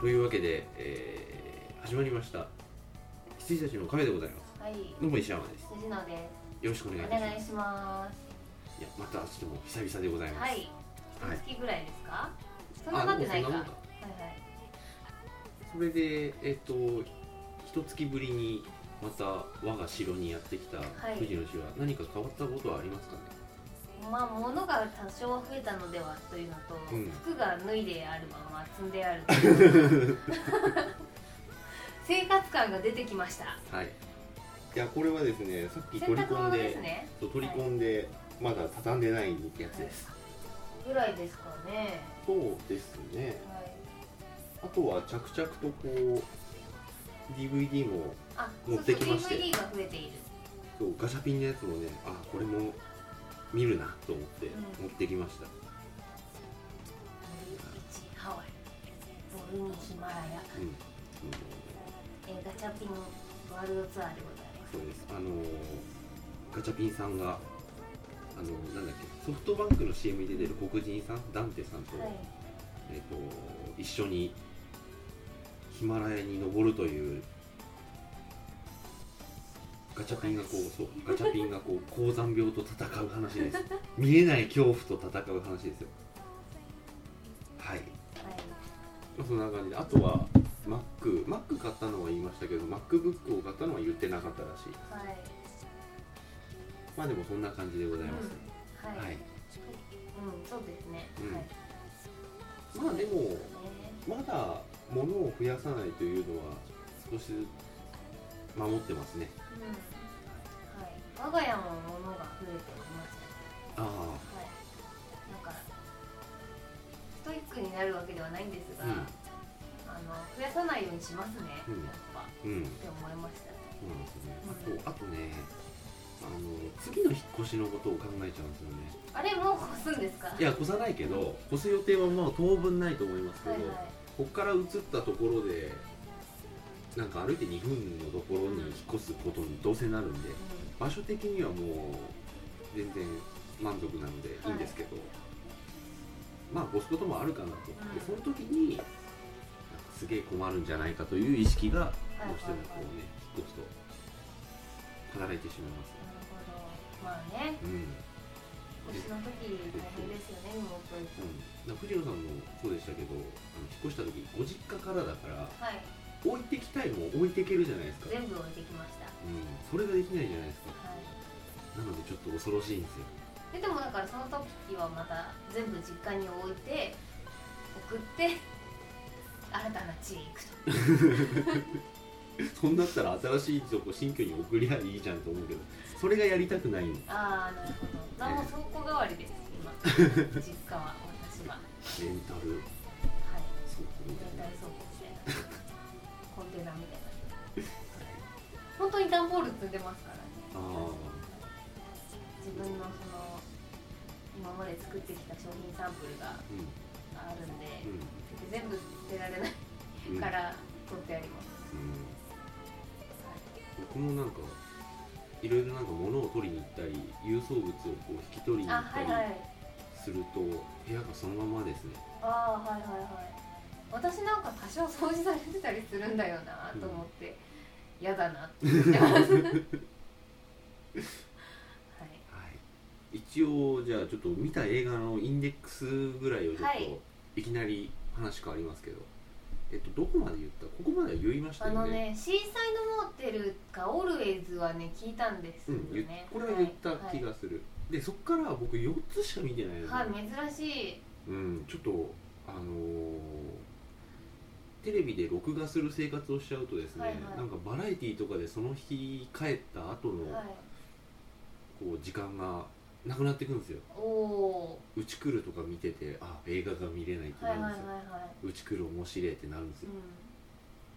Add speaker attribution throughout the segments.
Speaker 1: というわけで、えー始まりました羊たちのカフェでございます
Speaker 2: はい、
Speaker 1: どうも石山ですよ
Speaker 2: 辻野で
Speaker 1: ろしくお願い
Speaker 2: す。
Speaker 1: い
Speaker 2: お
Speaker 1: た
Speaker 2: 願
Speaker 1: しま
Speaker 2: い
Speaker 1: す
Speaker 2: します。
Speaker 1: いやまたちょっともう久々でございます
Speaker 2: はい、
Speaker 1: はい
Speaker 2: 月ぐらいですか？そん
Speaker 1: あ
Speaker 2: ななってないか。
Speaker 1: もうそん
Speaker 2: はい
Speaker 1: な
Speaker 2: は
Speaker 1: もんだそれでえっ、と一月ぶりにまた我が城にやってきた
Speaker 2: はい
Speaker 1: 富士の城は何か変わったことはありますかね、
Speaker 2: い。まあ物が多少は増えたのではというのと、
Speaker 1: うん
Speaker 2: 服が脱いであるまま積んであるという 生活感が出てきました。
Speaker 1: はいいやこれはですねさっき
Speaker 2: 洗
Speaker 1: 取り
Speaker 2: 濯
Speaker 1: 込ん
Speaker 2: 物
Speaker 1: で
Speaker 2: ですね。
Speaker 1: そう取り込んでまだ畳んでないやつです、
Speaker 2: ぐらいですかね。
Speaker 1: そうですね
Speaker 2: はい。
Speaker 1: あとは着々とこう DVD も
Speaker 2: あ、
Speaker 1: 持ってきまし
Speaker 2: そうそう
Speaker 1: て
Speaker 2: DVD が増えている。
Speaker 1: そうガシャピンのやつもねあこれも見るなと思って
Speaker 2: うん
Speaker 1: 持ってきました、
Speaker 2: 一ハワイ、ボルニヒマラヤ、
Speaker 1: うんうん
Speaker 2: えーガチャピンワールドツアーでございます。
Speaker 1: そうですあのーガチャピンさんがあのーなんだっけソフトバンクの CM に出てる黒人さんダンテさんと,、
Speaker 2: はい。
Speaker 1: えっと一緒にヒマラヤに登るというガチャピンがこうそうガチャピンがこう高山病と戦う話です 見えない恐怖と戦う話ですよはい
Speaker 2: はい。
Speaker 1: そんな感じであとは Mac Mac 買ったのは言いましたけど MacBook を買ったのは言ってなかったらしい
Speaker 2: はい。
Speaker 1: まあでもそんな感じでございます、
Speaker 2: はい。
Speaker 1: はい
Speaker 2: うん、そうですね。
Speaker 1: うん
Speaker 2: はい。
Speaker 1: まあでも
Speaker 2: ね
Speaker 1: まだ物を増やさないというのは少しずつ守ってますね
Speaker 2: うん。はい。我が家も物が増えております。
Speaker 1: ああ
Speaker 2: はい。なんか。ストイックになるわけではないんですが、
Speaker 1: うん
Speaker 2: あの増やさないようにしますね。
Speaker 1: うん
Speaker 2: やっぱ。っ
Speaker 1: うん
Speaker 2: て思いました。
Speaker 1: そうなんですよねあとあとねあの次の引っ越しのことを考えちゃうんですよね
Speaker 2: あれもう越すんですか。はい
Speaker 1: いや越さないけど越す予定はまあ当分ないと思いますけど、
Speaker 2: はい。
Speaker 1: こっから移ったところでなんか歩いて2分のところに引っ越すことにどうせなるんで
Speaker 2: う
Speaker 1: 場所的にはもう全然満足なのでいいんですけど、まあ越すこともあるかなと、
Speaker 2: うん
Speaker 1: でその時になんかすげえ困るんじゃないかという意識
Speaker 2: い
Speaker 1: がど
Speaker 2: はいう
Speaker 1: してもこうね引っ越すと働いてしまいます
Speaker 2: んなるほど。まあね。
Speaker 1: うん、うん、
Speaker 2: 越しの時大変ですよね。荷物。
Speaker 1: だから藤野さんもそうでしたけどあの引っ越した時ご実家からだから
Speaker 2: はい。
Speaker 1: 置いてきたいもん置いていけるじゃないですか
Speaker 2: 全部置いてきました。
Speaker 1: うん、それができないじゃないですか
Speaker 2: はい。
Speaker 1: なのでちょっと恐ろしいんですよ
Speaker 2: ででもだからその時はまた全部実家に置いて送って 新たな地へ行くと
Speaker 1: そんなったら新しいとこ新居に送りゃいいじゃんと思うけどそれがやりたくないんで
Speaker 2: ああなるほど何も倉庫代わりです 今実家は私ははい
Speaker 1: レンタル倉庫
Speaker 2: 全
Speaker 1: みたいな
Speaker 2: 体倉庫みたいなコンテナみたいな本当に段ボール積んでますからね
Speaker 1: あ
Speaker 2: 自分のその今まで作ってきた商品サンプルが
Speaker 1: ーうん
Speaker 2: あるんで
Speaker 1: う
Speaker 2: 全部捨てられない
Speaker 1: んうん
Speaker 2: から取ってあります、
Speaker 1: うん僕もなんかいろいろなんか物を取りに行ったり郵送物をこう引き取りに行
Speaker 2: あ
Speaker 1: った
Speaker 2: はい
Speaker 1: り
Speaker 2: はい
Speaker 1: すると、部屋がそのままですね
Speaker 2: ああはいはいはい私なんか多少掃除されてたりするんだよなと思って嫌、だなって思っ てますはい
Speaker 1: はい、一応じゃあちょっと見た映画のインデックスぐらいをちょっ
Speaker 2: はい
Speaker 1: といきなり話変わりますけど、えっとどこまで言ったここまでは言いまし た
Speaker 2: あ
Speaker 1: よ
Speaker 2: の
Speaker 1: ね
Speaker 2: ねシーサイドモーテルかオールウェイズはね聞いたんです
Speaker 1: う
Speaker 2: よ
Speaker 1: ん、言っ
Speaker 2: ね、
Speaker 1: これは言った気がする、でそっから僕4つしか見てないので、
Speaker 2: はい、はい、珍しい
Speaker 1: うん、ちょっとあのーテレビで録画する生活をしちゃうとですね、
Speaker 2: はいはい
Speaker 1: なんかバラエティとかでその日帰った後の、
Speaker 2: はい
Speaker 1: こう時間がなくなっていくんですよ
Speaker 2: おお
Speaker 1: うち来るとか見ててあ映画が見れないって
Speaker 2: ー
Speaker 1: な
Speaker 2: は
Speaker 1: る
Speaker 2: いはいはい
Speaker 1: んですよ、
Speaker 2: は
Speaker 1: うち来る面白いってなるんです
Speaker 2: い
Speaker 1: よ、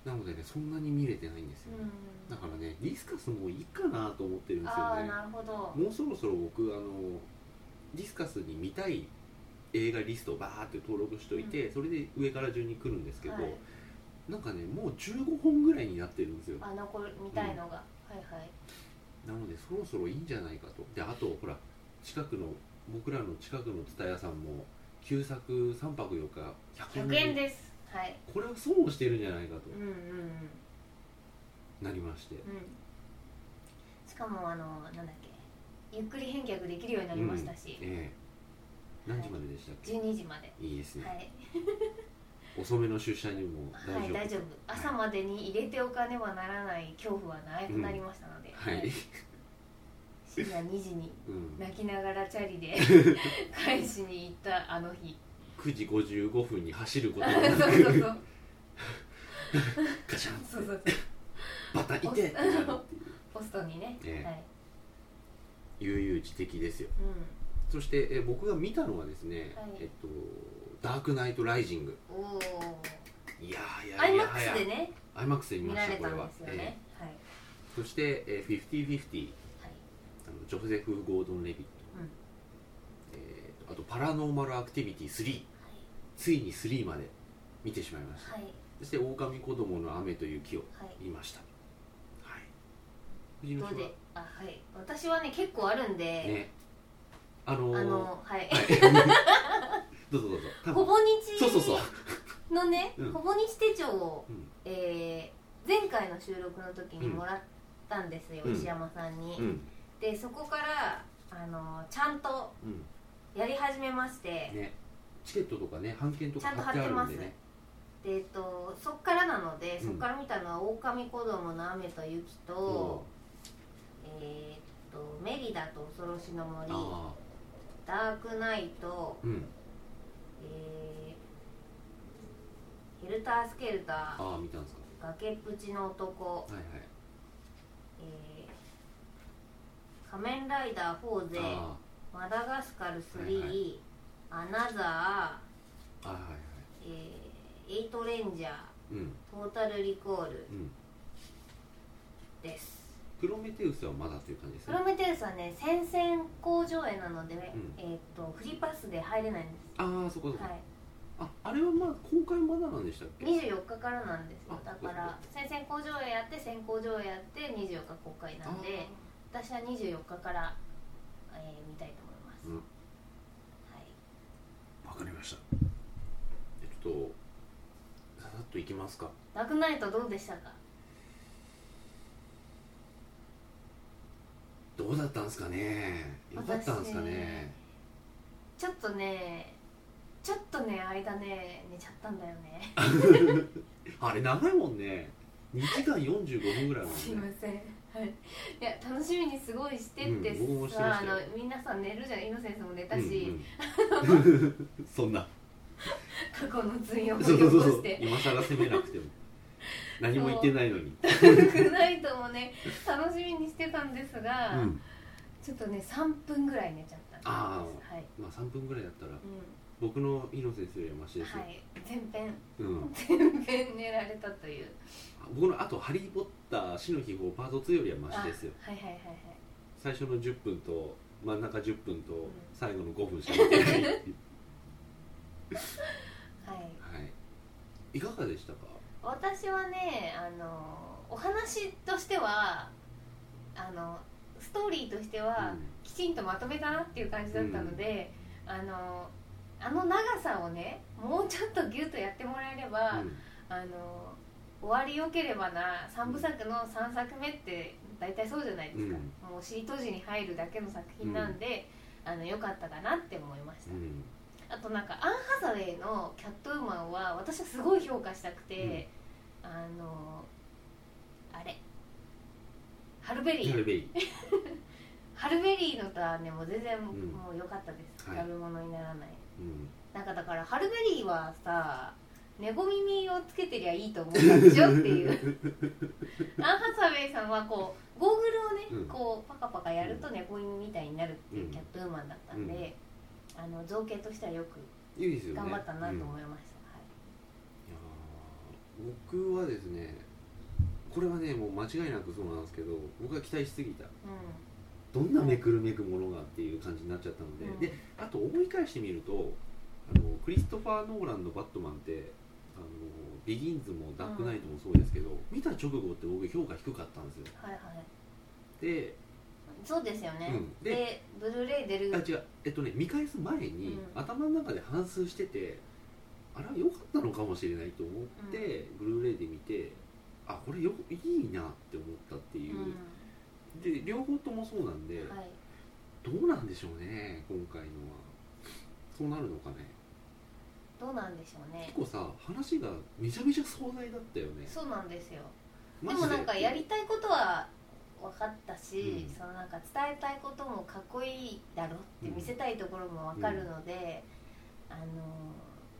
Speaker 1: なのでねそんなに見れてないんですよ、
Speaker 2: うん、う
Speaker 1: だ
Speaker 2: ん、
Speaker 1: からねディスカスもいいかなと思ってるんです
Speaker 2: あ
Speaker 1: よ
Speaker 2: あ
Speaker 1: ね
Speaker 2: なるほど
Speaker 1: もうそろそろ僕あのディスカスに見たい映画リストをバーって登録しといて、それで上から順に来るんですけど、
Speaker 2: はい、
Speaker 1: なんかねもう15本ぐらいになってるんですよ
Speaker 2: あ残る見たいのが、はいはい
Speaker 1: なのでそろそろいいんじゃないかとであとほら近くの僕らの近くの蔦屋さんも旧作3泊4日100円
Speaker 2: 100円ですはい
Speaker 1: これは損をしているんじゃないかと
Speaker 2: うんうんうん
Speaker 1: なりまして、
Speaker 2: うんしかもあのなんだっけゆっくり返却できるようになりましたし、
Speaker 1: ええ何時まででしたっけ、
Speaker 2: 12時まで
Speaker 1: い、いですね、
Speaker 2: はい、
Speaker 1: 遅めの出社にも大
Speaker 2: はい、
Speaker 1: 丈夫、
Speaker 2: 大丈夫朝までに入れておかねばならない恐怖はなくなりましたので、
Speaker 1: はい、
Speaker 2: 深夜2時に
Speaker 1: うん、
Speaker 2: 泣きながらチャリ で返しに行ったあの日
Speaker 1: 9時55分に走ること
Speaker 2: そ
Speaker 1: が
Speaker 2: う
Speaker 1: な
Speaker 2: そうそう
Speaker 1: く
Speaker 2: そう
Speaker 1: ガシャン
Speaker 2: そうそう
Speaker 1: バタンいてってなる っていう
Speaker 2: ポストにね、
Speaker 1: ええ
Speaker 2: はい、
Speaker 1: 悠々自適ですよ
Speaker 2: う
Speaker 1: そして、え僕が見たのはですね、
Speaker 2: はい
Speaker 1: えっと「ダークナイトライジング
Speaker 2: ん、おお」
Speaker 1: いやーいやいやは
Speaker 2: iMAX
Speaker 1: や
Speaker 2: でね
Speaker 1: IMAX で見
Speaker 2: 見
Speaker 1: ま
Speaker 2: ら
Speaker 1: した
Speaker 2: れ
Speaker 1: こ
Speaker 2: た
Speaker 1: れ
Speaker 2: ん
Speaker 1: は
Speaker 2: ですよね、はい
Speaker 1: ええそして、えー、5050
Speaker 2: はい
Speaker 1: あのジョセフ・ゴードン・レビット、
Speaker 2: うん
Speaker 1: えーあと「パラノーマル・アクティビティ3」ついに3まで見てしまいました
Speaker 2: はいはい
Speaker 1: そして「狼子供の雨と雪」を
Speaker 2: はい
Speaker 1: 見ましたはい藤
Speaker 2: ど
Speaker 1: 野
Speaker 2: う
Speaker 1: 氏は
Speaker 2: であはい私はね結構あるんで、
Speaker 1: ねあのー
Speaker 2: あのはい
Speaker 1: はい どうぞどうぞ多
Speaker 2: ほ
Speaker 1: 分
Speaker 2: ぼ
Speaker 1: そうそうそう
Speaker 2: 日のね
Speaker 1: うん
Speaker 2: ほぼ日手帳を、
Speaker 1: うん
Speaker 2: えー前回の収録の時に
Speaker 1: うん
Speaker 2: もらったんですよ、
Speaker 1: うん
Speaker 2: 石山さんに、
Speaker 1: うん
Speaker 2: でそこからあのちゃんと
Speaker 1: うん
Speaker 2: やり始めまして、
Speaker 1: ねチケットとかね版権とか
Speaker 2: ちゃんと
Speaker 1: 貼ってあるんで
Speaker 2: 貼って
Speaker 1: ね
Speaker 2: でえっと、そっからなので
Speaker 1: うん
Speaker 2: そっから見たのは「狼子供の雨と雪と」
Speaker 1: お
Speaker 2: えーっと「メリダと恐ろしの森」
Speaker 1: あ
Speaker 2: 「ダークナイト
Speaker 1: ーうん」
Speaker 2: えーヘルタースケルター」
Speaker 1: ああ見たんですか
Speaker 2: 「崖っぷちの男
Speaker 1: はいはい」
Speaker 2: えー仮面ライダー4ゼ」
Speaker 1: あ
Speaker 2: 「マダガスカル3」
Speaker 1: はいは
Speaker 2: アナザ
Speaker 1: ーあーはいは
Speaker 2: ー」えーエイトレンジャー」
Speaker 1: いうん
Speaker 2: 「トータルリコール
Speaker 1: うん」
Speaker 2: です
Speaker 1: プロメテウスはまだという感じです
Speaker 2: プ
Speaker 1: ね
Speaker 2: ロメテウスはね戦線工上映なので、
Speaker 1: ん
Speaker 2: えーっとフリーパスで入れないんで
Speaker 1: ああそこそ
Speaker 2: す、
Speaker 1: こ、
Speaker 2: はい、
Speaker 1: ああれはまだ公開まだなんでしたっけ
Speaker 2: 24日からなんですよ
Speaker 1: あ
Speaker 2: だから先々工場やって先工場やって24日公開な
Speaker 1: あ
Speaker 2: んで私は24日から、えー見たいと思います、
Speaker 1: うん
Speaker 2: はい
Speaker 1: ーわかりましたえちょっとささっといきますか
Speaker 2: ダークナイトどうでしたか
Speaker 1: どうだったんですかねよかったんですかね
Speaker 2: ちょっとねちょっとね間ね寝ちゃったんだよね
Speaker 1: あれ長いもんね2時間45分ぐらいなん
Speaker 2: すいま
Speaker 1: で
Speaker 2: せんはいいや楽しみにすごいしてって
Speaker 1: うん僕もしてま
Speaker 2: さ、
Speaker 1: した
Speaker 2: あ
Speaker 1: よ
Speaker 2: の皆さん寝るじゃんイノセンスも寝た
Speaker 1: うん
Speaker 2: し、
Speaker 1: うん そんな
Speaker 2: 過去の罪を
Speaker 1: そう
Speaker 2: 掘り
Speaker 1: そう
Speaker 2: 起こ
Speaker 1: そ
Speaker 2: し
Speaker 1: う
Speaker 2: て
Speaker 1: 今更責めなくても何も言ってないのに
Speaker 2: ダークナイトもね楽しみにしてたんですが、
Speaker 1: うん
Speaker 2: ちょっとね3分ぐらい寝ちゃったんです
Speaker 1: あ
Speaker 2: はい、
Speaker 1: まあ3分ぐらいだったら
Speaker 2: う
Speaker 1: 僕の猪瀬先生よりはマシ
Speaker 2: ん、
Speaker 1: ですよ、
Speaker 2: はい全編
Speaker 1: うん、
Speaker 2: 全編寝られたという
Speaker 1: 僕のあと「ハリー・ポッター死の秘宝パート2」よりはマシですよ
Speaker 2: あはいはいはい
Speaker 1: 最初の10分と真ん中10分と
Speaker 2: ん
Speaker 1: 最後の5分しか見てな いはい
Speaker 2: はいはい
Speaker 1: いかがでしたか
Speaker 2: 私はねあのお話としてはあのストーリーとしては、
Speaker 1: うん
Speaker 2: きちんとまとめたなっていう感じだったので、あのあの長さをねもうちょっとギュッとやってもらえれば、
Speaker 1: うん
Speaker 2: あの終わりよければな3部作の3作目って大体そうじゃないですか、もうシート時に入るだけの作品なんで、あの良かったかなって思いまし
Speaker 1: う
Speaker 2: た、
Speaker 1: ん
Speaker 2: あとなんかアン・ハサウェイの「キャットウーマン」は私はすごい評価したくて、あのあれハルベリ
Speaker 1: やる
Speaker 2: ー
Speaker 1: べい
Speaker 2: ハルベリーのとはねもう全然も
Speaker 1: う
Speaker 2: う
Speaker 1: ん
Speaker 2: 良かったです、
Speaker 1: はい
Speaker 2: 食べ物にならない
Speaker 1: うん
Speaker 2: なんかだからハルベリーはさ猫耳をつけてりゃいいと思ったでしょっていう アン・ハサウェイさんはこうゴーグルをね、
Speaker 1: うん
Speaker 2: こうパカパカやると猫耳みたいになるっていううんキャットウーマンだったんで、あの造形としてはよく
Speaker 1: いいですよね
Speaker 2: 頑張ったなと
Speaker 1: うん
Speaker 2: 思いました、
Speaker 1: いやー僕はですねこれはねもう間違いなくそうなんですけど僕が期待しすぎたどんなめくるめくものがっていう感じになっちゃったので、
Speaker 2: うん
Speaker 1: であと思い返してみるとあのクリストファー・ノーランの「バットマン」ってあのビギンズもダックナイトもそうですけど、見た直後って僕評価低かったんですよ
Speaker 2: はい、うん、はいはい
Speaker 1: で
Speaker 2: そうですよね、
Speaker 1: うん
Speaker 2: で
Speaker 1: で
Speaker 2: ブルーレイ出る
Speaker 1: あ違うえっとね見返す前に、
Speaker 2: うん
Speaker 1: 頭の中で反数しててあれは良かったののかもしれないと思って、ブルーレイで見てあこれよいいなって思ったっていう、で両方ともそうなんで、
Speaker 2: はい
Speaker 1: どうなんでしょうね今回のはそうなるのかね
Speaker 2: どうなんでしょうね
Speaker 1: 結構さ話がめちゃめちゃ壮大だったよね
Speaker 2: そうなんですよで
Speaker 1: マジ
Speaker 2: もなんかやりたいことは分かったし、
Speaker 1: うん
Speaker 2: そのなんか伝えたいこともかっこいいだろって見せたいところも分かるので、あの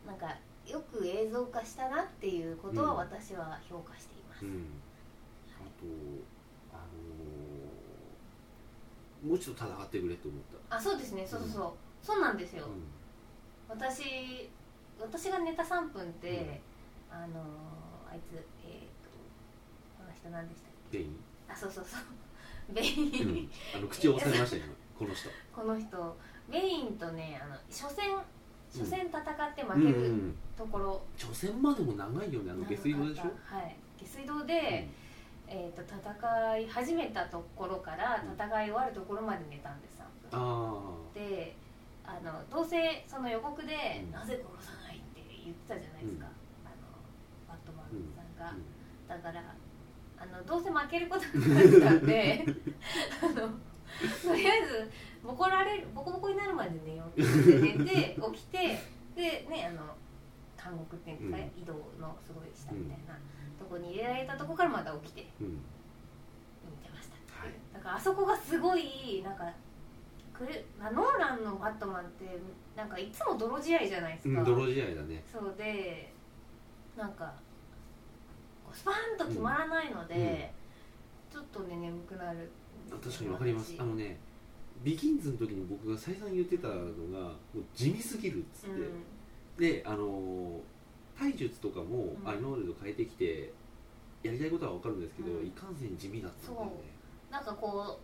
Speaker 2: なんかよく映像化したなっていうことは
Speaker 1: うん
Speaker 2: 私は評価しています、
Speaker 1: うん、あとあのーもう一度戦ってくれと思っ
Speaker 2: あそうですねそうそうそう、そうなんです
Speaker 1: た、
Speaker 2: よ、
Speaker 1: うん
Speaker 2: 私私が寝た3分で、あのあいつえー、とこの人何でしたっ
Speaker 1: ベイン、
Speaker 2: けあそうそう そうベイン、
Speaker 1: うん、あの口を押さえました今この人
Speaker 2: この人メインとねあの初戦初戦戦って
Speaker 1: う
Speaker 2: 負
Speaker 1: んう
Speaker 2: け
Speaker 1: んう
Speaker 2: る
Speaker 1: ん
Speaker 2: ところ、
Speaker 1: 除染までも長いよねあの下水道でしょ、
Speaker 2: はい下水道で、えー、と戦い始めたところから
Speaker 1: うん
Speaker 2: 戦い終わるところまで寝たんです
Speaker 1: うん、
Speaker 2: 3分
Speaker 1: あ
Speaker 2: であのどうせその予告で
Speaker 1: う
Speaker 2: 「
Speaker 1: ん
Speaker 2: なぜ殺さない?」って言ってたじゃないですか、あのバットマンさん
Speaker 1: あ、
Speaker 2: が、
Speaker 1: うん
Speaker 2: だからあのどうせ負けることになったんで あのとりあえずボコられるボコボコになるまで寝ようって言って寝て起きてでねあの監獄っていうんですか、
Speaker 1: うん
Speaker 2: 移動のすごい下みたいな、とこに入れられたとこからまた起きて
Speaker 1: うん、
Speaker 2: 見てました
Speaker 1: はい
Speaker 2: だからあそこがすごいなんかくるまあノーランのバットマンってなんかいつも泥仕合じゃないで
Speaker 1: う
Speaker 2: すか、
Speaker 1: ん、泥試合だね
Speaker 2: そうでなんかこうスパンと決まらないので、ちょっとね眠くなる
Speaker 1: 確かにわかります
Speaker 2: 私
Speaker 1: あのねビギンズの時に僕が再三言ってたのがもう地味すぎるっつっ
Speaker 2: う
Speaker 1: て、
Speaker 2: ん、
Speaker 1: であのー体術とかも、
Speaker 2: うん
Speaker 1: あ今までと変えてきてやりたいことはわかるんですけど、
Speaker 2: うん
Speaker 1: いかんせん地味だったんだよね
Speaker 2: なんかこ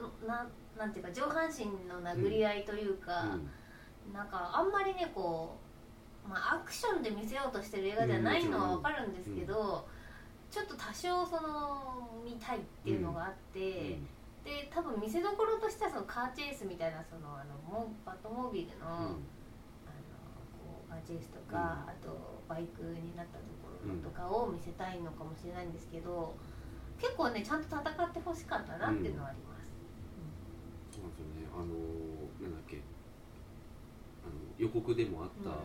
Speaker 2: うななんていうか上半身の殴り合いというか、なんかあんまりねこう、まあ、アクションで見せようとしてる映画じゃないのはわかるんですけど、ちょっと多少その見たいっていうのがあって、
Speaker 1: うんうん
Speaker 2: で多分見せどころとしてはそのカーチェイスみたいなそのあのモバットモービルの。あのこうガジェスとか、
Speaker 1: う
Speaker 2: あ
Speaker 1: ん
Speaker 2: とバイクになったところとかを見せたいのかもしれないんですけど、結構ねちゃんと戦ってほしかったなっていうのはあります、
Speaker 1: そうなんですよねあのーなんだっけあの予告でもあった、
Speaker 2: うん
Speaker 1: あの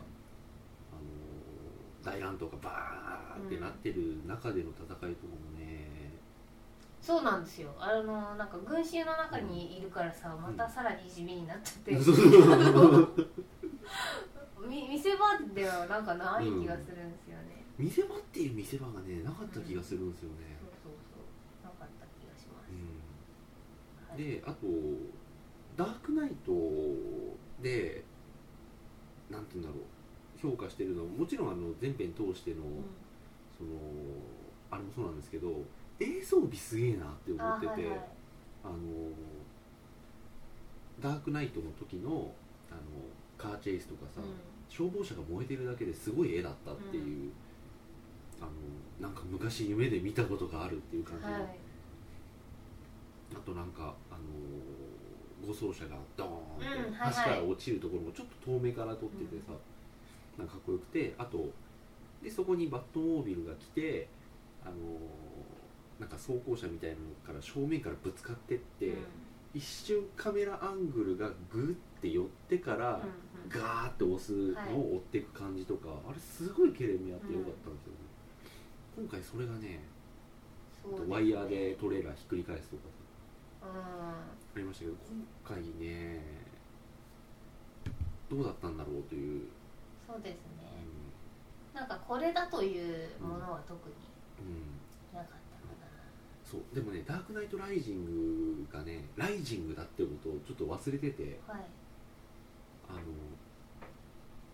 Speaker 1: ー大乱とかバーってなってる中での戦いとかもね、
Speaker 2: そうなんですよあのなんか群衆の中にいるからさまたさらに地味になっちゃって、
Speaker 1: そうそうそう
Speaker 2: み見せ場ではなんかない気がするんですよね、
Speaker 1: 見せ場っていう見せ場がねなかった気がするんですよね、
Speaker 2: そうそうそうなかった気がします、
Speaker 1: うん
Speaker 2: はい
Speaker 1: であとダークナイトでなんて言うんだろう評価してるのはもちろんあの全編通しての,、
Speaker 2: うん
Speaker 1: そのあれもそうなんですけど映像美すげえなって思
Speaker 2: あー
Speaker 1: っててあ、
Speaker 2: はいはい
Speaker 1: のダークナイトの時のあのカーチェイスとかさ、
Speaker 2: う
Speaker 1: 消防車が燃えてるだけですごい絵だったっていう、あのなんか昔夢で見たことがあるっていう感じ
Speaker 2: ん
Speaker 1: の、
Speaker 2: はい
Speaker 1: あとなんか、あのー護送車がドーンって
Speaker 2: うんはいはい
Speaker 1: 橋から落ちるところもちょっと遠目から撮っててさ、なんかかっこよくてあとでそこにバットモービルが来て、あのーなんか装甲車みたいなのから正面からぶつかってって、
Speaker 2: うん
Speaker 1: 一瞬カメラアングルがグッて寄ってから、
Speaker 2: うん
Speaker 1: ガーって押すのを追っていく感じとか、あれすごいケレミあってよかったんですよね、今回それがね
Speaker 2: そうですね
Speaker 1: ワイヤーでトレーラーひっくり返すとかさ
Speaker 2: うん
Speaker 1: ありましたけど今回ねどうだったんだろうという、
Speaker 2: そうですね
Speaker 1: うん
Speaker 2: なんかこれだというものは特に
Speaker 1: うん
Speaker 2: なかった
Speaker 1: そうでもね「ダークナイトライジング」がね「ライジング」だってことをちょっと忘れてて
Speaker 2: かな、はい
Speaker 1: あの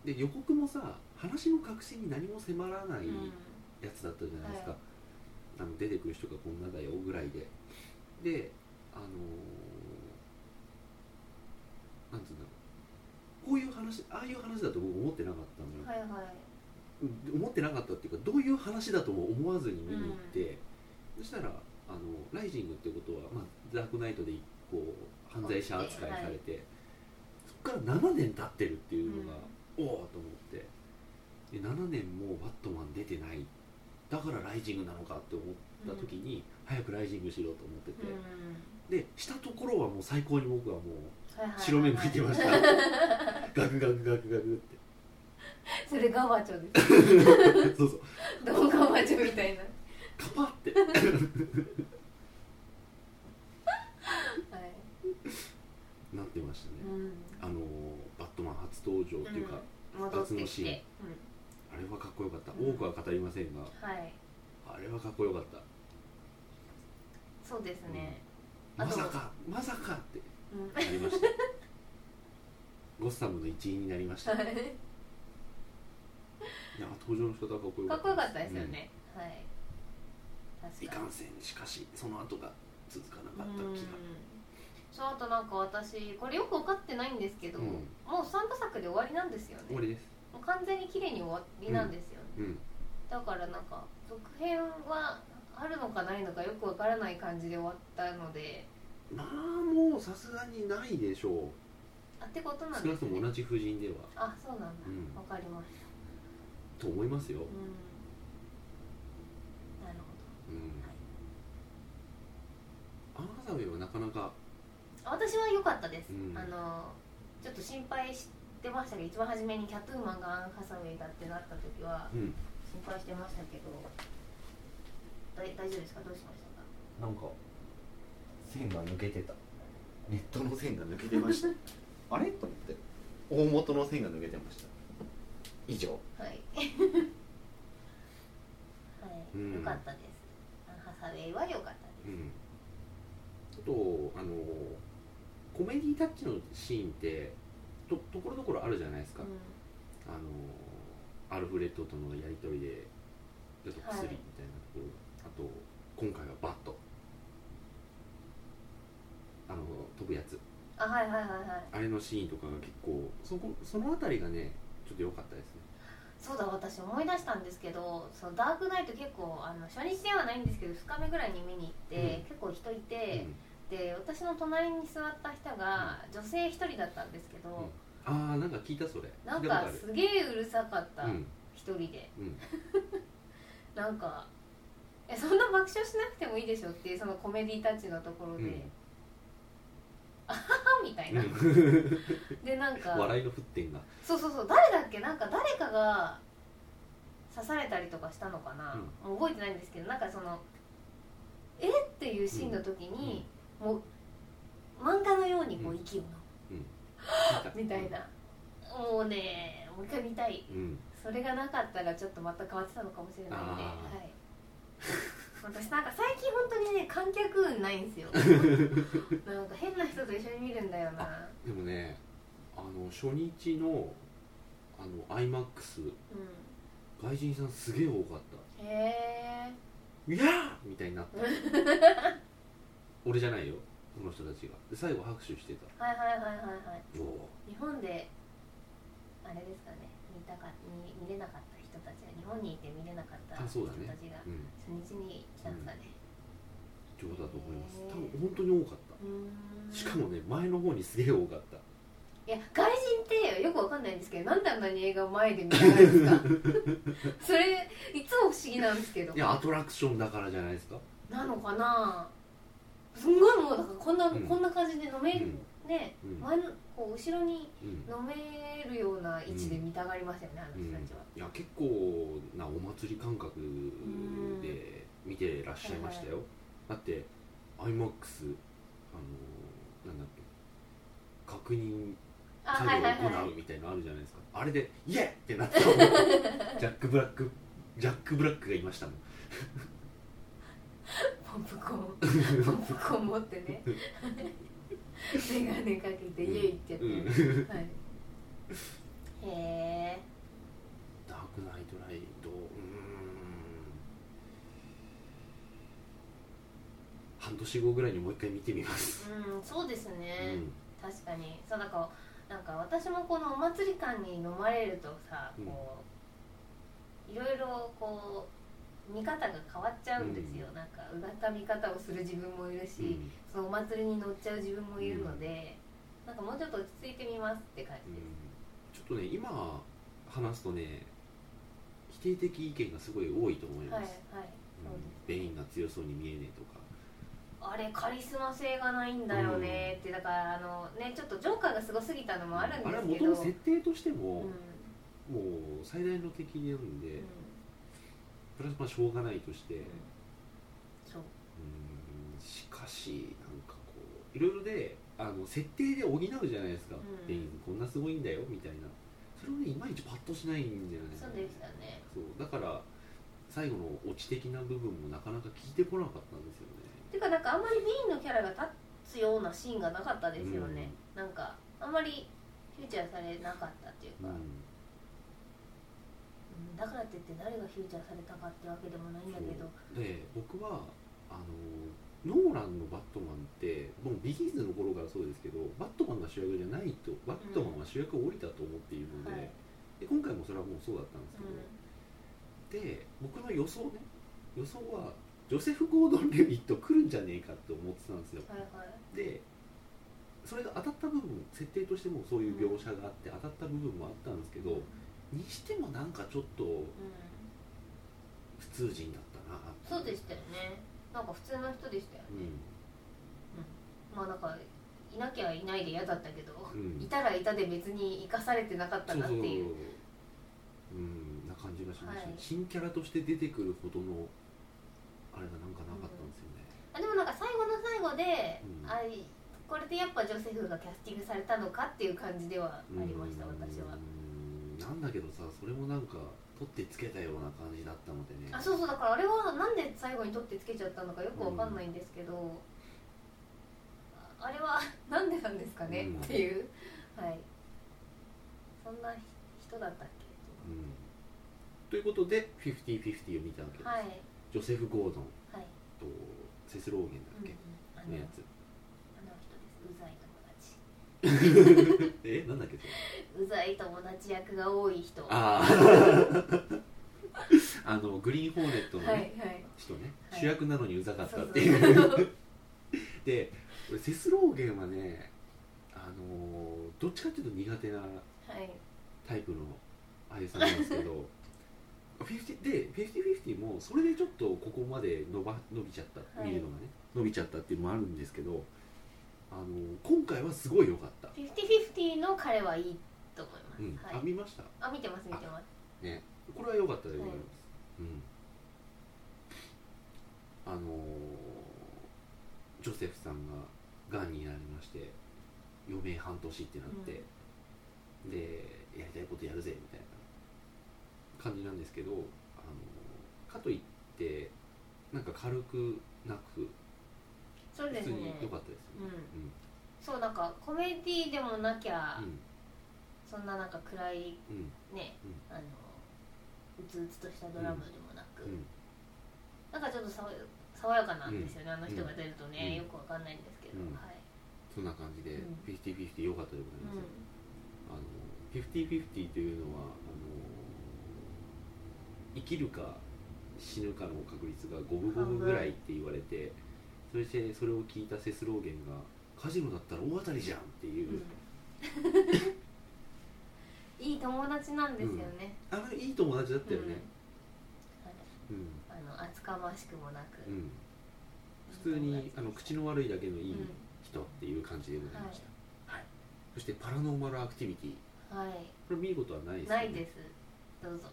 Speaker 1: で予告もさ話の核心に何も迫らない
Speaker 2: うん
Speaker 1: やつだったじゃないですか、
Speaker 2: は
Speaker 1: あの出てくる人がこんなだよぐらいでであのーなんつうんだろうこういう話ああいう話だと僕思ってなかったのよ、
Speaker 2: はいはい
Speaker 1: 思ってなかったっていうかどういう話だとも思わずに見に行って、そしたらあの「ライジング」ってことは、まあ、ダークナイトでこう犯罪者扱いされて、そっから7年経ってるっていうのが、おおと思ってで7年もバットマン出てないだからライジングなのかって思った時に、早くライジングしろと思ってて、でしたところはもう最高に僕はもう
Speaker 2: はいはいはいはい
Speaker 1: 白目向いてましたガクガクガクガクっ
Speaker 2: それガバチョです
Speaker 1: て そうそう
Speaker 2: どうガバチョみたいな
Speaker 1: カパって
Speaker 2: はい、
Speaker 1: なってましたね、
Speaker 2: うん、
Speaker 1: あのーバットマン初登場っていうか、
Speaker 2: うん、戻って
Speaker 1: の
Speaker 2: き
Speaker 1: シーン
Speaker 2: て、
Speaker 1: あれはかっこよかった、
Speaker 2: うん
Speaker 1: 多くは語りませんが
Speaker 2: うん、はい
Speaker 1: あれはかっこよかった
Speaker 2: そうですね、あ
Speaker 1: ま
Speaker 2: と
Speaker 1: さかまさかって
Speaker 2: うん
Speaker 1: なり ましたゴッサムの一員になりましたいや登場の仕方はかっこよ
Speaker 2: かっ
Speaker 1: かった
Speaker 2: こよかったですよね、はい
Speaker 1: うん
Speaker 2: 確
Speaker 1: い
Speaker 2: か
Speaker 1: か
Speaker 2: に
Speaker 1: んせんしかしその後が続かなかった気が
Speaker 2: そうあとなんか私これよく分かってないんですけど、
Speaker 1: うん
Speaker 2: もう三部作で終わりなんですよね
Speaker 1: 終わりです
Speaker 2: もう完全に綺麗に終わりなんですよね、
Speaker 1: うん
Speaker 2: だからなんか続編はあるのかないのかよく分からない感じで終わったので
Speaker 1: まあもうさすがにないでしょ
Speaker 2: あってこと
Speaker 1: う
Speaker 2: なん
Speaker 1: 少な
Speaker 2: で
Speaker 1: く
Speaker 2: す
Speaker 1: とも
Speaker 2: ね
Speaker 1: 同じ夫人では
Speaker 2: あそうなんだ、
Speaker 1: うん
Speaker 2: 分かりました
Speaker 1: と思います
Speaker 2: う
Speaker 1: よ、
Speaker 2: んなる
Speaker 1: うん、アンハサウェイはなかなか
Speaker 2: ほど私は良かったです、
Speaker 1: うん
Speaker 2: あのちょっと心配してましたけど一番初めにキャットウーマンがアン・ハサウェイだってなった時は
Speaker 1: うん
Speaker 2: 心配してましたけどだい大丈夫ですかどうしました
Speaker 3: な
Speaker 2: か
Speaker 3: んか線が抜けてたネットの線が抜けてました あれと思って大元の線が抜けてました以上
Speaker 2: はい。はい、
Speaker 1: うん
Speaker 2: 良かったです。アンハサウェイは良かった
Speaker 1: う
Speaker 2: です。
Speaker 1: んあとあのコメディタッチのシーンってとところどころあるじゃないですか、
Speaker 2: う
Speaker 1: あのアルフレッドとのやり取りでちょっと薬みたいなところ、あと今回はバットあの飛ぶやつ
Speaker 2: ん、あ、はいはいはいはい。
Speaker 1: あれのシーンとかが結構そこその辺りがねちょっと良かったですね
Speaker 2: そうだ、私思い出したんですけど、そのダークナイト結構あの初日ではないんですけど、2日目ぐらいに見に行って、
Speaker 1: うん
Speaker 2: 結構人いて、で私の隣に座った人が女性1人だったんですけど、
Speaker 1: うん、ああなんか聞いたそれ
Speaker 2: なん
Speaker 1: 聞いた
Speaker 2: か
Speaker 1: ことある
Speaker 2: すげえうるさかった、
Speaker 1: うん
Speaker 2: 一1人で。
Speaker 1: うん
Speaker 2: なんかえそんな爆笑しなくてもいいでしょっていうそのコメディタッチのところで、
Speaker 1: うん
Speaker 2: あははみたいな、でなんか
Speaker 1: 笑いの沸点が、
Speaker 2: そうそうそう誰だっけなんか誰かが刺されたりとかしたのかな、もう覚えてないんですけどなんかそのえっていうシーンの時に、もう漫画のようにこ
Speaker 1: う
Speaker 2: うん息をの、
Speaker 1: うん
Speaker 2: みたい、な、もうねもう一回見たい
Speaker 1: うん、
Speaker 2: それがなかったらちょっとまた変わってたのかもしれないんで、は
Speaker 1: あ
Speaker 2: い、私なんか最近本当にね観客運ないんです よなんか変な人と一緒に見るんだよな
Speaker 1: でもねあの初日のあの IMAX
Speaker 2: う
Speaker 1: 外人さんすげえ多かった
Speaker 2: んへえ
Speaker 1: 「いやー!」みたいに なった俺じゃないよその人たちがで最後拍手してた
Speaker 2: はいはいはいはいはい
Speaker 1: おお
Speaker 2: 日本であれですかね見たか見見れなかった人たちは日本にいて見れなかった
Speaker 1: あ
Speaker 2: 人
Speaker 1: そう
Speaker 2: た
Speaker 1: だ
Speaker 2: ち
Speaker 1: ね
Speaker 2: が
Speaker 1: うん
Speaker 2: 初日に来たんですかね
Speaker 1: 上手だと思います
Speaker 2: へー
Speaker 1: 多分本当に多かっ
Speaker 2: うーん
Speaker 1: たしかもね前の方にすげえ多かった
Speaker 2: いや外人ってよくわかんないんですけどなんであんなに映画を前で見るんですかそ れいつも不思議なんですけど
Speaker 1: いやアトラクションだからじゃないですか
Speaker 2: なのかなすんごいもうだからこんな、
Speaker 1: うん
Speaker 2: こんな感じで飲める、
Speaker 1: うん
Speaker 2: ね
Speaker 1: うん
Speaker 2: 前のこう後ろに
Speaker 1: うん
Speaker 2: 飲めるような位置で見たがりましたよね、
Speaker 1: う
Speaker 2: あの人
Speaker 1: ん
Speaker 2: たちは、
Speaker 1: いや結構なお祭り感覚で見てらっしゃいましたよ、だって IMAX あのなんだっけ確認
Speaker 2: あ
Speaker 1: 作
Speaker 2: はいはいはい
Speaker 1: 業を行うみたいなのあるじゃないですかあれで「イエーってなった もんジャック・ブラックジャック・ブラックがいましたもん
Speaker 2: ポップコーンポップコーン持ってね眼鏡かけて家行っちゃって、
Speaker 1: うん
Speaker 2: はい、へえ
Speaker 1: ダークナイトライトうーん半年後ぐらいにもう一回見てみます、
Speaker 2: うんそうですね、
Speaker 1: うん
Speaker 2: 確かにそうだからなんか私もこのお祭り感に飲まれるとさこう、いろいろこう見方が変わっちゃうんですよ、なんかうがった見方をする自分もいる
Speaker 1: う
Speaker 2: し、
Speaker 1: ん
Speaker 2: そのお祭りに乗っちゃう自分もいるので、なんかもうちょっと落ち着いてみますって感
Speaker 1: う
Speaker 2: じです、
Speaker 1: んちょっとね今話すとね定的意見がすごい多いと思い
Speaker 2: はいは
Speaker 1: ま
Speaker 2: い
Speaker 1: す、
Speaker 2: そううんです
Speaker 1: ベインが強そうに見えねえとか
Speaker 2: あれカリスマ性がないんだよねって、だからあのねちょっとジョーカーがすごすぎたのもあるん
Speaker 1: れは
Speaker 2: ですけ
Speaker 1: 元
Speaker 2: ど
Speaker 1: の設定として
Speaker 2: う
Speaker 1: も
Speaker 2: ん、
Speaker 1: もう最大の敵なんで、
Speaker 2: うん
Speaker 1: プラスまあしょうがないとして、
Speaker 2: そう
Speaker 1: うんしかしなんかこういろいろであの設定で補うじゃないですか、
Speaker 2: うん
Speaker 1: ベインこんなすごいんだよみたいなそれをねいまいちパッとしないんじゃないです
Speaker 2: そ
Speaker 1: か
Speaker 2: うでしたね
Speaker 1: そうだから最後のオチ的な部分もなかなか聞いてこなかったんですよね
Speaker 2: てかなんかあんまりメインのキャラが立つようなシーンがなかったですよね、なんかあんまりフューチャーされなかったっていうか、うんだからって言って誰がフューチャーされたかってわけでもないんだけど
Speaker 1: そうで僕はあのノーランのバットマンってもうビギーズの頃からそうですけどバットマンが主役じゃないとバットマンは主役を降りたと思っているので,、
Speaker 2: はい
Speaker 1: で今回もそれはもうそうだったんです
Speaker 2: うん
Speaker 1: けど、で僕の予想ね予想はジョセフ・ゴードン・レビット来るんじゃねえかって思ってたんですよ
Speaker 2: はいはい
Speaker 1: でそれが当たった部分設定としてもそういう描写があって当たった部分もあったんですけどにしてもなんかちょっと
Speaker 2: う
Speaker 1: 普通人だったなっ
Speaker 2: ん、
Speaker 1: て
Speaker 2: そうでしたよねなんか普通の人でしたよね、まあなんかいなきゃいないで嫌だったけど、
Speaker 1: うん、うん、
Speaker 2: いたらいたで別に生かされてなかったなっていう
Speaker 1: うんな感じがしました
Speaker 2: はい
Speaker 1: ね、新キャラとして出てくるほどのあれがなんかなかったんですよね、
Speaker 2: あでもなんか最後の最後で、
Speaker 1: うん
Speaker 2: あいこれでやっぱジョセフがキャスティングされたのかっていう感じではありました、
Speaker 1: うん
Speaker 2: 私は
Speaker 1: なんだけどさそれもなんか取ってつけたような感じだったのでね
Speaker 2: あそうそうだからあれはなんで最後に取ってつけちゃったのかよくわかんないんですけど、ああれは なんでなんですかね、
Speaker 1: うん
Speaker 2: っていうはいそんな人だったっけ
Speaker 1: うんということで50/50を見たわけです、
Speaker 2: はい
Speaker 1: ジョセフ・ゴードン
Speaker 2: はい、
Speaker 1: とセス・ローゲンだっ
Speaker 2: うん
Speaker 1: け、
Speaker 2: あの
Speaker 1: のやつ
Speaker 2: あの人ですうざい友達
Speaker 1: えなんだっけそれ
Speaker 2: うざい友達役が多い人
Speaker 1: あー あのグリーンホーネットの、ね
Speaker 2: はいはい
Speaker 1: 人ね、
Speaker 2: はい
Speaker 1: 主役なのにうざかったって
Speaker 2: そ
Speaker 1: いうう
Speaker 2: そう
Speaker 1: で俺セス・ローゲンはねあのーどっちかっていうと苦手な
Speaker 2: はい
Speaker 1: タイプの俳優さんなんです けど50で50/50もそれでちょっとここまで伸ば伸びちゃった、
Speaker 2: はい
Speaker 1: 見るのがね伸びちゃったっていうのもあるんですけどあの今回はすごい良かった、
Speaker 2: フィフティフィフティの彼はいいと思います、
Speaker 1: うんあ
Speaker 2: はい
Speaker 1: 見ました
Speaker 2: あ見てます見てます
Speaker 1: ねこれは良かったでございます、うんあのージョセフさんががんになりまして余命半年ってなって、でやりたいことやるぜみたいな感じなんですけど、あのーかといってなんか軽くなく
Speaker 2: そう
Speaker 1: 普
Speaker 2: です
Speaker 1: 通
Speaker 2: ね
Speaker 1: に良かったです
Speaker 2: う
Speaker 1: ね
Speaker 2: んそうなんかコメディでもなきゃ、そんななんか暗い
Speaker 1: うんうん
Speaker 2: ね、
Speaker 1: う
Speaker 2: あのうつうつとしたドラマでもなく、
Speaker 1: うん
Speaker 2: なんかちょっと爽や爽やかなんですよね、あの人が出るとね、
Speaker 1: うん
Speaker 2: よくわかんないんですけど、
Speaker 1: うん
Speaker 2: はい、
Speaker 1: そんな感じで
Speaker 2: うん
Speaker 1: 50/50良かったでございます、
Speaker 2: う
Speaker 1: あの50/50というのはあの生きるか死ぬかの確率が五分五分ぐらいって言われてそしてそれを聞いたセスローゲンが「カジノだったら大当たりじゃん」ってい
Speaker 2: ん、
Speaker 1: う、
Speaker 2: うん いい友達なんですよね、
Speaker 1: あのいい友達だったよね
Speaker 2: う
Speaker 1: うん、
Speaker 2: ん、あの厚かましくもなく、
Speaker 1: うん普通にあの口の悪いだけのいい
Speaker 2: うん
Speaker 1: 人っていう感じでございました、はいそしてパラノーマルアクティビティ
Speaker 2: はい
Speaker 1: これ見ることはないですよね
Speaker 2: ないですどうぞ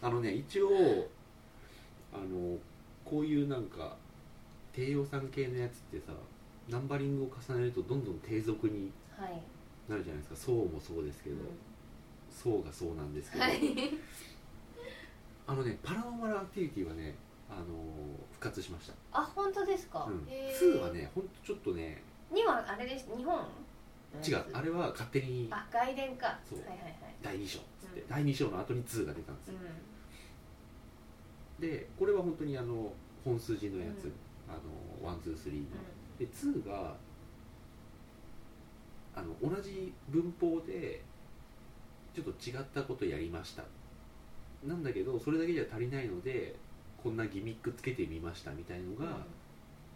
Speaker 1: あのね一応あのこういうなんか低予算系のやつってさナンバリングを重ねるとどんどん低俗に
Speaker 2: はい、
Speaker 1: なるじゃないですか層もそうですけ
Speaker 2: う
Speaker 1: ど、
Speaker 2: ん
Speaker 1: 層がそうなんですけど、
Speaker 2: はい
Speaker 1: あのねパラノーマルアクティビティはねあの復活しました、
Speaker 2: あ本当ですか、
Speaker 1: うん、
Speaker 2: へー
Speaker 1: 2はねほんとちょっとね
Speaker 2: 2はあれです日本
Speaker 1: 違うあれは勝手に
Speaker 2: あ外伝か
Speaker 1: そう
Speaker 2: はいはいはい
Speaker 1: 第2章っつって、
Speaker 2: うん
Speaker 1: 第2章の後に2が出たんです
Speaker 2: う
Speaker 1: よ、
Speaker 2: ん
Speaker 1: でこれは本当にあの本筋のやつ、
Speaker 2: うん
Speaker 1: あのワンツースリーの、で2があの同じ文法でちょっと違ったことやりましたなんだけどそれだけじゃ足りないのでこんなギミックつけてみましたみたい
Speaker 2: う
Speaker 1: の
Speaker 2: ん
Speaker 1: が、あ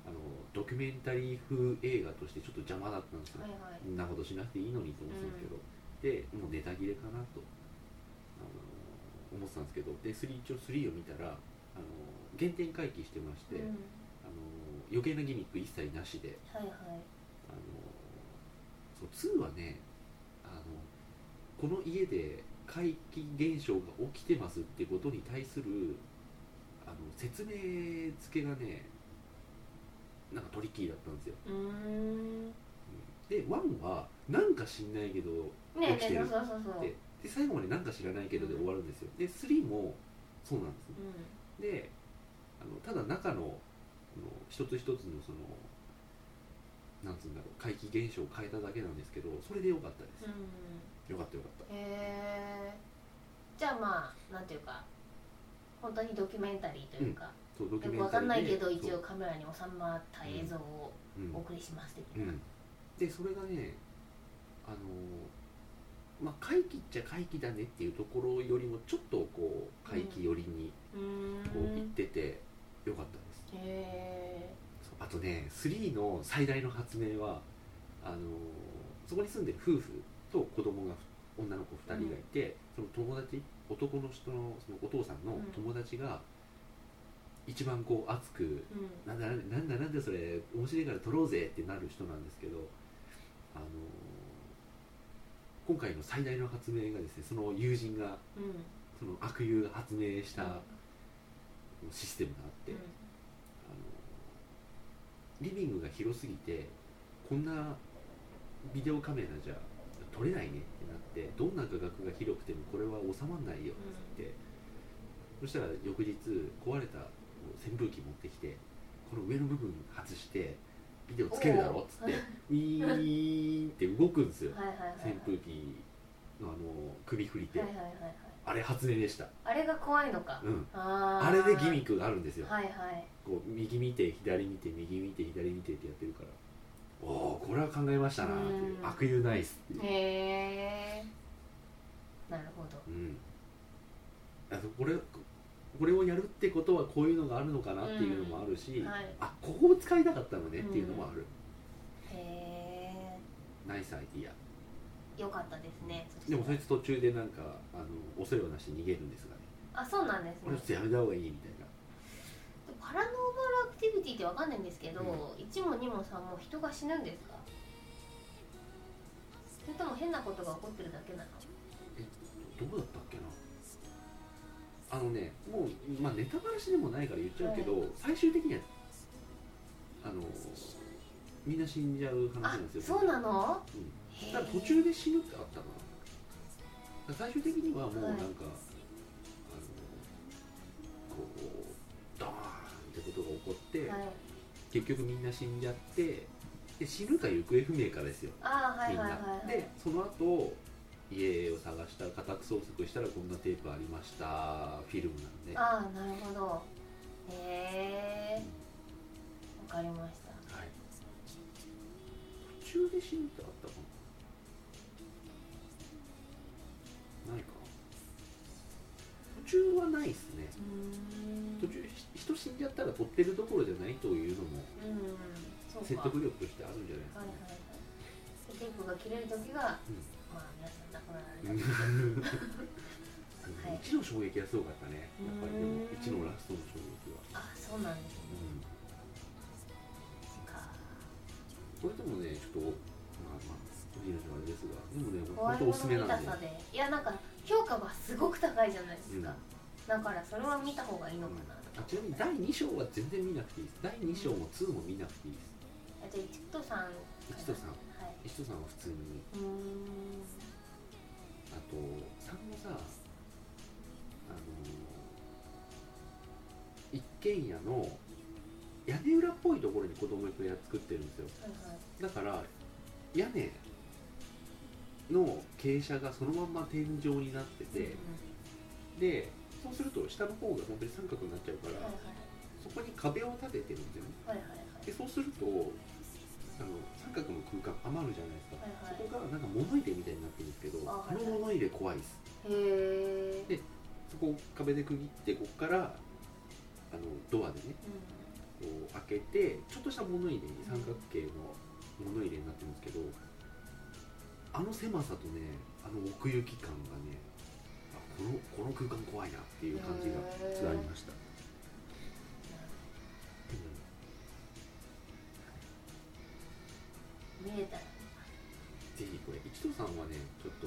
Speaker 1: のドキュメンタリー風映画としてちょっと邪魔だったんですよ、
Speaker 2: はいはい
Speaker 1: こんなことしなくていいのにと思ってたんですけど、でもうネタ切れかなとあの思ってたんですけどで3一応3を見たらあの原点回帰してまして、
Speaker 2: うん
Speaker 1: あの余計なギミック一切なしで
Speaker 2: はいはい
Speaker 1: あのそう2はねあのこの家で怪奇現象が起きてますってことに対するあの説明付けがねなんかトリッキーだったんですよ
Speaker 2: うーんね
Speaker 1: で1はなんか知んないけど
Speaker 2: えね
Speaker 1: 起き
Speaker 2: え
Speaker 1: て
Speaker 2: そ
Speaker 1: る
Speaker 2: うそうそうそう
Speaker 1: でで最後までなんか知らないけどで終わるんですよで3もそうなんですね
Speaker 2: う
Speaker 1: であのただ中のこの一つ一つのそのなんつうんだろう怪奇現象を変えただけなんですけどそれでよかったで
Speaker 2: ん、
Speaker 1: す
Speaker 2: うん
Speaker 1: よかったよかった
Speaker 2: へえじゃあまあなんていうか本当にドキュメンタリーというか、
Speaker 1: そうドキ
Speaker 2: よ
Speaker 1: ュメ
Speaker 2: く
Speaker 1: ン
Speaker 2: わ
Speaker 1: タ
Speaker 2: か
Speaker 1: リ
Speaker 2: ん
Speaker 1: ー
Speaker 2: ない
Speaker 1: で
Speaker 2: けど一
Speaker 1: そ
Speaker 2: 応
Speaker 1: う
Speaker 2: カメラに収まった映像を
Speaker 1: うん
Speaker 2: お送りします的
Speaker 1: う
Speaker 2: な、
Speaker 1: んでそれがねあのまあ怪奇っちゃ怪奇だねっていうところよりもちょっとこう怪奇寄りに
Speaker 2: うーん
Speaker 1: こう行っててよかったです
Speaker 2: へえ
Speaker 1: そうあとね3の最大の発明はあのーそこに住んでる夫婦と子供がふ女の子2人がいて、その友達男の人のそのお父さんの
Speaker 2: うん
Speaker 1: 友達が一番こう熱く
Speaker 2: うん
Speaker 1: 「なんだなんだなんだなんだそれ面白いから撮ろうぜ」ってなる人なんですけど、あのー今回の最大の発明がですねその友人が
Speaker 2: うん
Speaker 1: その悪友が発明した
Speaker 2: うん
Speaker 1: システムがあって。あのリビングが広すぎてこんなビデオカメラじゃ撮れないねってなってどんな画角が広くてもこれは収まんないよっつって、そしたら翌日壊れた扇風機持ってきてこの上の部分外してビデオつけるだろっつってウィーンって動くんですよ
Speaker 2: はいはいはいはい
Speaker 1: 扇風機のあの首振り手、
Speaker 2: はいはいはいはい
Speaker 1: あれ発明でした、
Speaker 2: あれが怖いのか、
Speaker 1: うん、
Speaker 2: あー
Speaker 1: あれでギミックがあるんですよ
Speaker 2: はいはい
Speaker 1: こう右見て左見て右見て左見てってやってるからおおこれは考えましたなっていう
Speaker 2: うん
Speaker 1: 悪友ナイスっていう、
Speaker 2: へえなるほど
Speaker 1: うん、あとこれこれをやるってことはこういうのがあるのかなっていうのもあるし、
Speaker 2: うんはい
Speaker 1: あここを使いたかったのねっていうのもある、
Speaker 2: へえ
Speaker 1: ナイスアイディア
Speaker 2: よかったですねしたら
Speaker 1: でもそいつ途中でなんかあのお世話なしに逃げるんですがね
Speaker 2: あそうなんです
Speaker 1: これ
Speaker 2: ね
Speaker 1: ちょっとやめた方がいいみたいな
Speaker 2: パラノーマルアクティビティってわかんないんですけど、
Speaker 1: うん
Speaker 2: 1も2も3も人が死ぬんですかそれとも変なことが起こってるだけなの
Speaker 1: どうだったっけなあのねもう、まあ、ネタバラシでもないから言っちゃうけど、最終的にはあのみんな死んじゃう話
Speaker 2: あ
Speaker 1: なんですよ
Speaker 2: そうなの
Speaker 1: うん
Speaker 2: へえ
Speaker 1: だから途中で死ぬってあったかなだから最終的にはもう
Speaker 2: は
Speaker 1: なんか、
Speaker 2: い
Speaker 1: あのこうドーンってことが起こって、
Speaker 2: はい、
Speaker 1: 結局みんな死んじゃってで死ぬか行方不明かですよ
Speaker 2: あーは
Speaker 1: み
Speaker 2: い
Speaker 1: んな、
Speaker 2: はいはいはい
Speaker 1: でその後家を探した家宅捜索したらこんなテープありましたフィルムなんで、
Speaker 2: あ
Speaker 1: は
Speaker 2: あなるほどへえわかりました
Speaker 1: い、途中で死ぬってあったかなないか途中はないですね
Speaker 2: うーん
Speaker 1: 途中ひ人死んじゃったら撮ってるどころじゃないというのも
Speaker 2: うんそうか
Speaker 1: 説得力としてあるんじゃないですか
Speaker 2: はい
Speaker 1: ね
Speaker 2: はいはいでテープが切れる時が、
Speaker 1: うん
Speaker 2: まあ皆さん亡くなられ
Speaker 1: う
Speaker 2: た時
Speaker 1: ん
Speaker 2: はい
Speaker 1: 1の衝撃はすごかったねやっぱりで
Speaker 2: うん
Speaker 1: も1のラストの衝撃は、
Speaker 2: あそうなんですね
Speaker 1: うん
Speaker 2: か
Speaker 1: これでもねちょっとまあまあ見るのはあれですがでもね
Speaker 2: 怖いも
Speaker 1: 本当おすすめな
Speaker 2: の見た
Speaker 1: んで
Speaker 2: さでいやなんか評価がすごく高いじゃないです
Speaker 1: うん
Speaker 2: か、だからそれは見た方がいいのかな、
Speaker 1: あちなみに第2章は全然見なくていいです第2章も2も見なくていいです
Speaker 2: あじゃあ一斗さん
Speaker 1: 一斗さん
Speaker 2: はい
Speaker 1: 石戸さんは普通に
Speaker 2: うーん
Speaker 1: あと3もさあのー一軒家の屋根裏っぽいところに子供部屋作ってるんですよ
Speaker 2: はいはい
Speaker 1: だから屋根の傾斜がそのまんま天井になってて、
Speaker 2: うん
Speaker 1: でそうすると下の方が本当に三角になっちゃうか
Speaker 2: は
Speaker 1: ら、
Speaker 2: い
Speaker 1: そこに壁を立ててるんですよね
Speaker 2: はいはいはいはい
Speaker 1: でそうするとあの三角の空間余るじゃないですか、
Speaker 2: はいはい
Speaker 1: そこがなんか物入れみたいになってるんですけど
Speaker 2: あはいは
Speaker 1: こ
Speaker 2: い
Speaker 1: の物入れ怖いで
Speaker 2: へえ
Speaker 1: すでそこを壁で区切ってここからあのドアでね
Speaker 2: う
Speaker 1: こう開けてちょっとした物入れに三角形の物入れになってるんですけどあの狭さとねあの奥行き感がねあここのこの空間怖いなっていう感じが
Speaker 2: へー
Speaker 1: ありました、
Speaker 2: 見れたら
Speaker 1: ぜひこれ一藤さんはねちょっと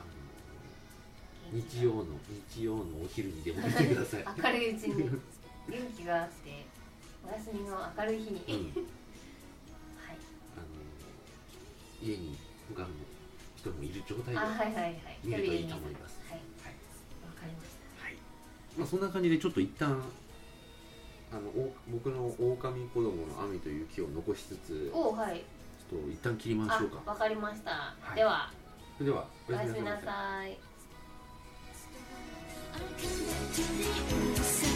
Speaker 1: あの日曜の日曜のお昼にでも見てください、
Speaker 2: 明るいうちに元気があってお休みの明るい日に、
Speaker 1: うん、あの家に他の人もいる状態で
Speaker 2: はいあ
Speaker 1: は
Speaker 2: はいはいはい
Speaker 1: 見るといいと
Speaker 2: 一人
Speaker 1: 思
Speaker 2: で
Speaker 1: い
Speaker 2: 見た
Speaker 1: ます
Speaker 2: はい
Speaker 1: い
Speaker 2: わかりまし
Speaker 1: はいまあ、そんな感じでちょっと一旦あのお僕の「狼子供の雨と雪」を残しつつち
Speaker 2: た
Speaker 1: ょっ
Speaker 2: おおはい
Speaker 1: と一旦切りましょうか
Speaker 2: わかりました、
Speaker 1: はい
Speaker 2: では
Speaker 1: それでは
Speaker 2: おやすみなさい
Speaker 4: I come back to the inside.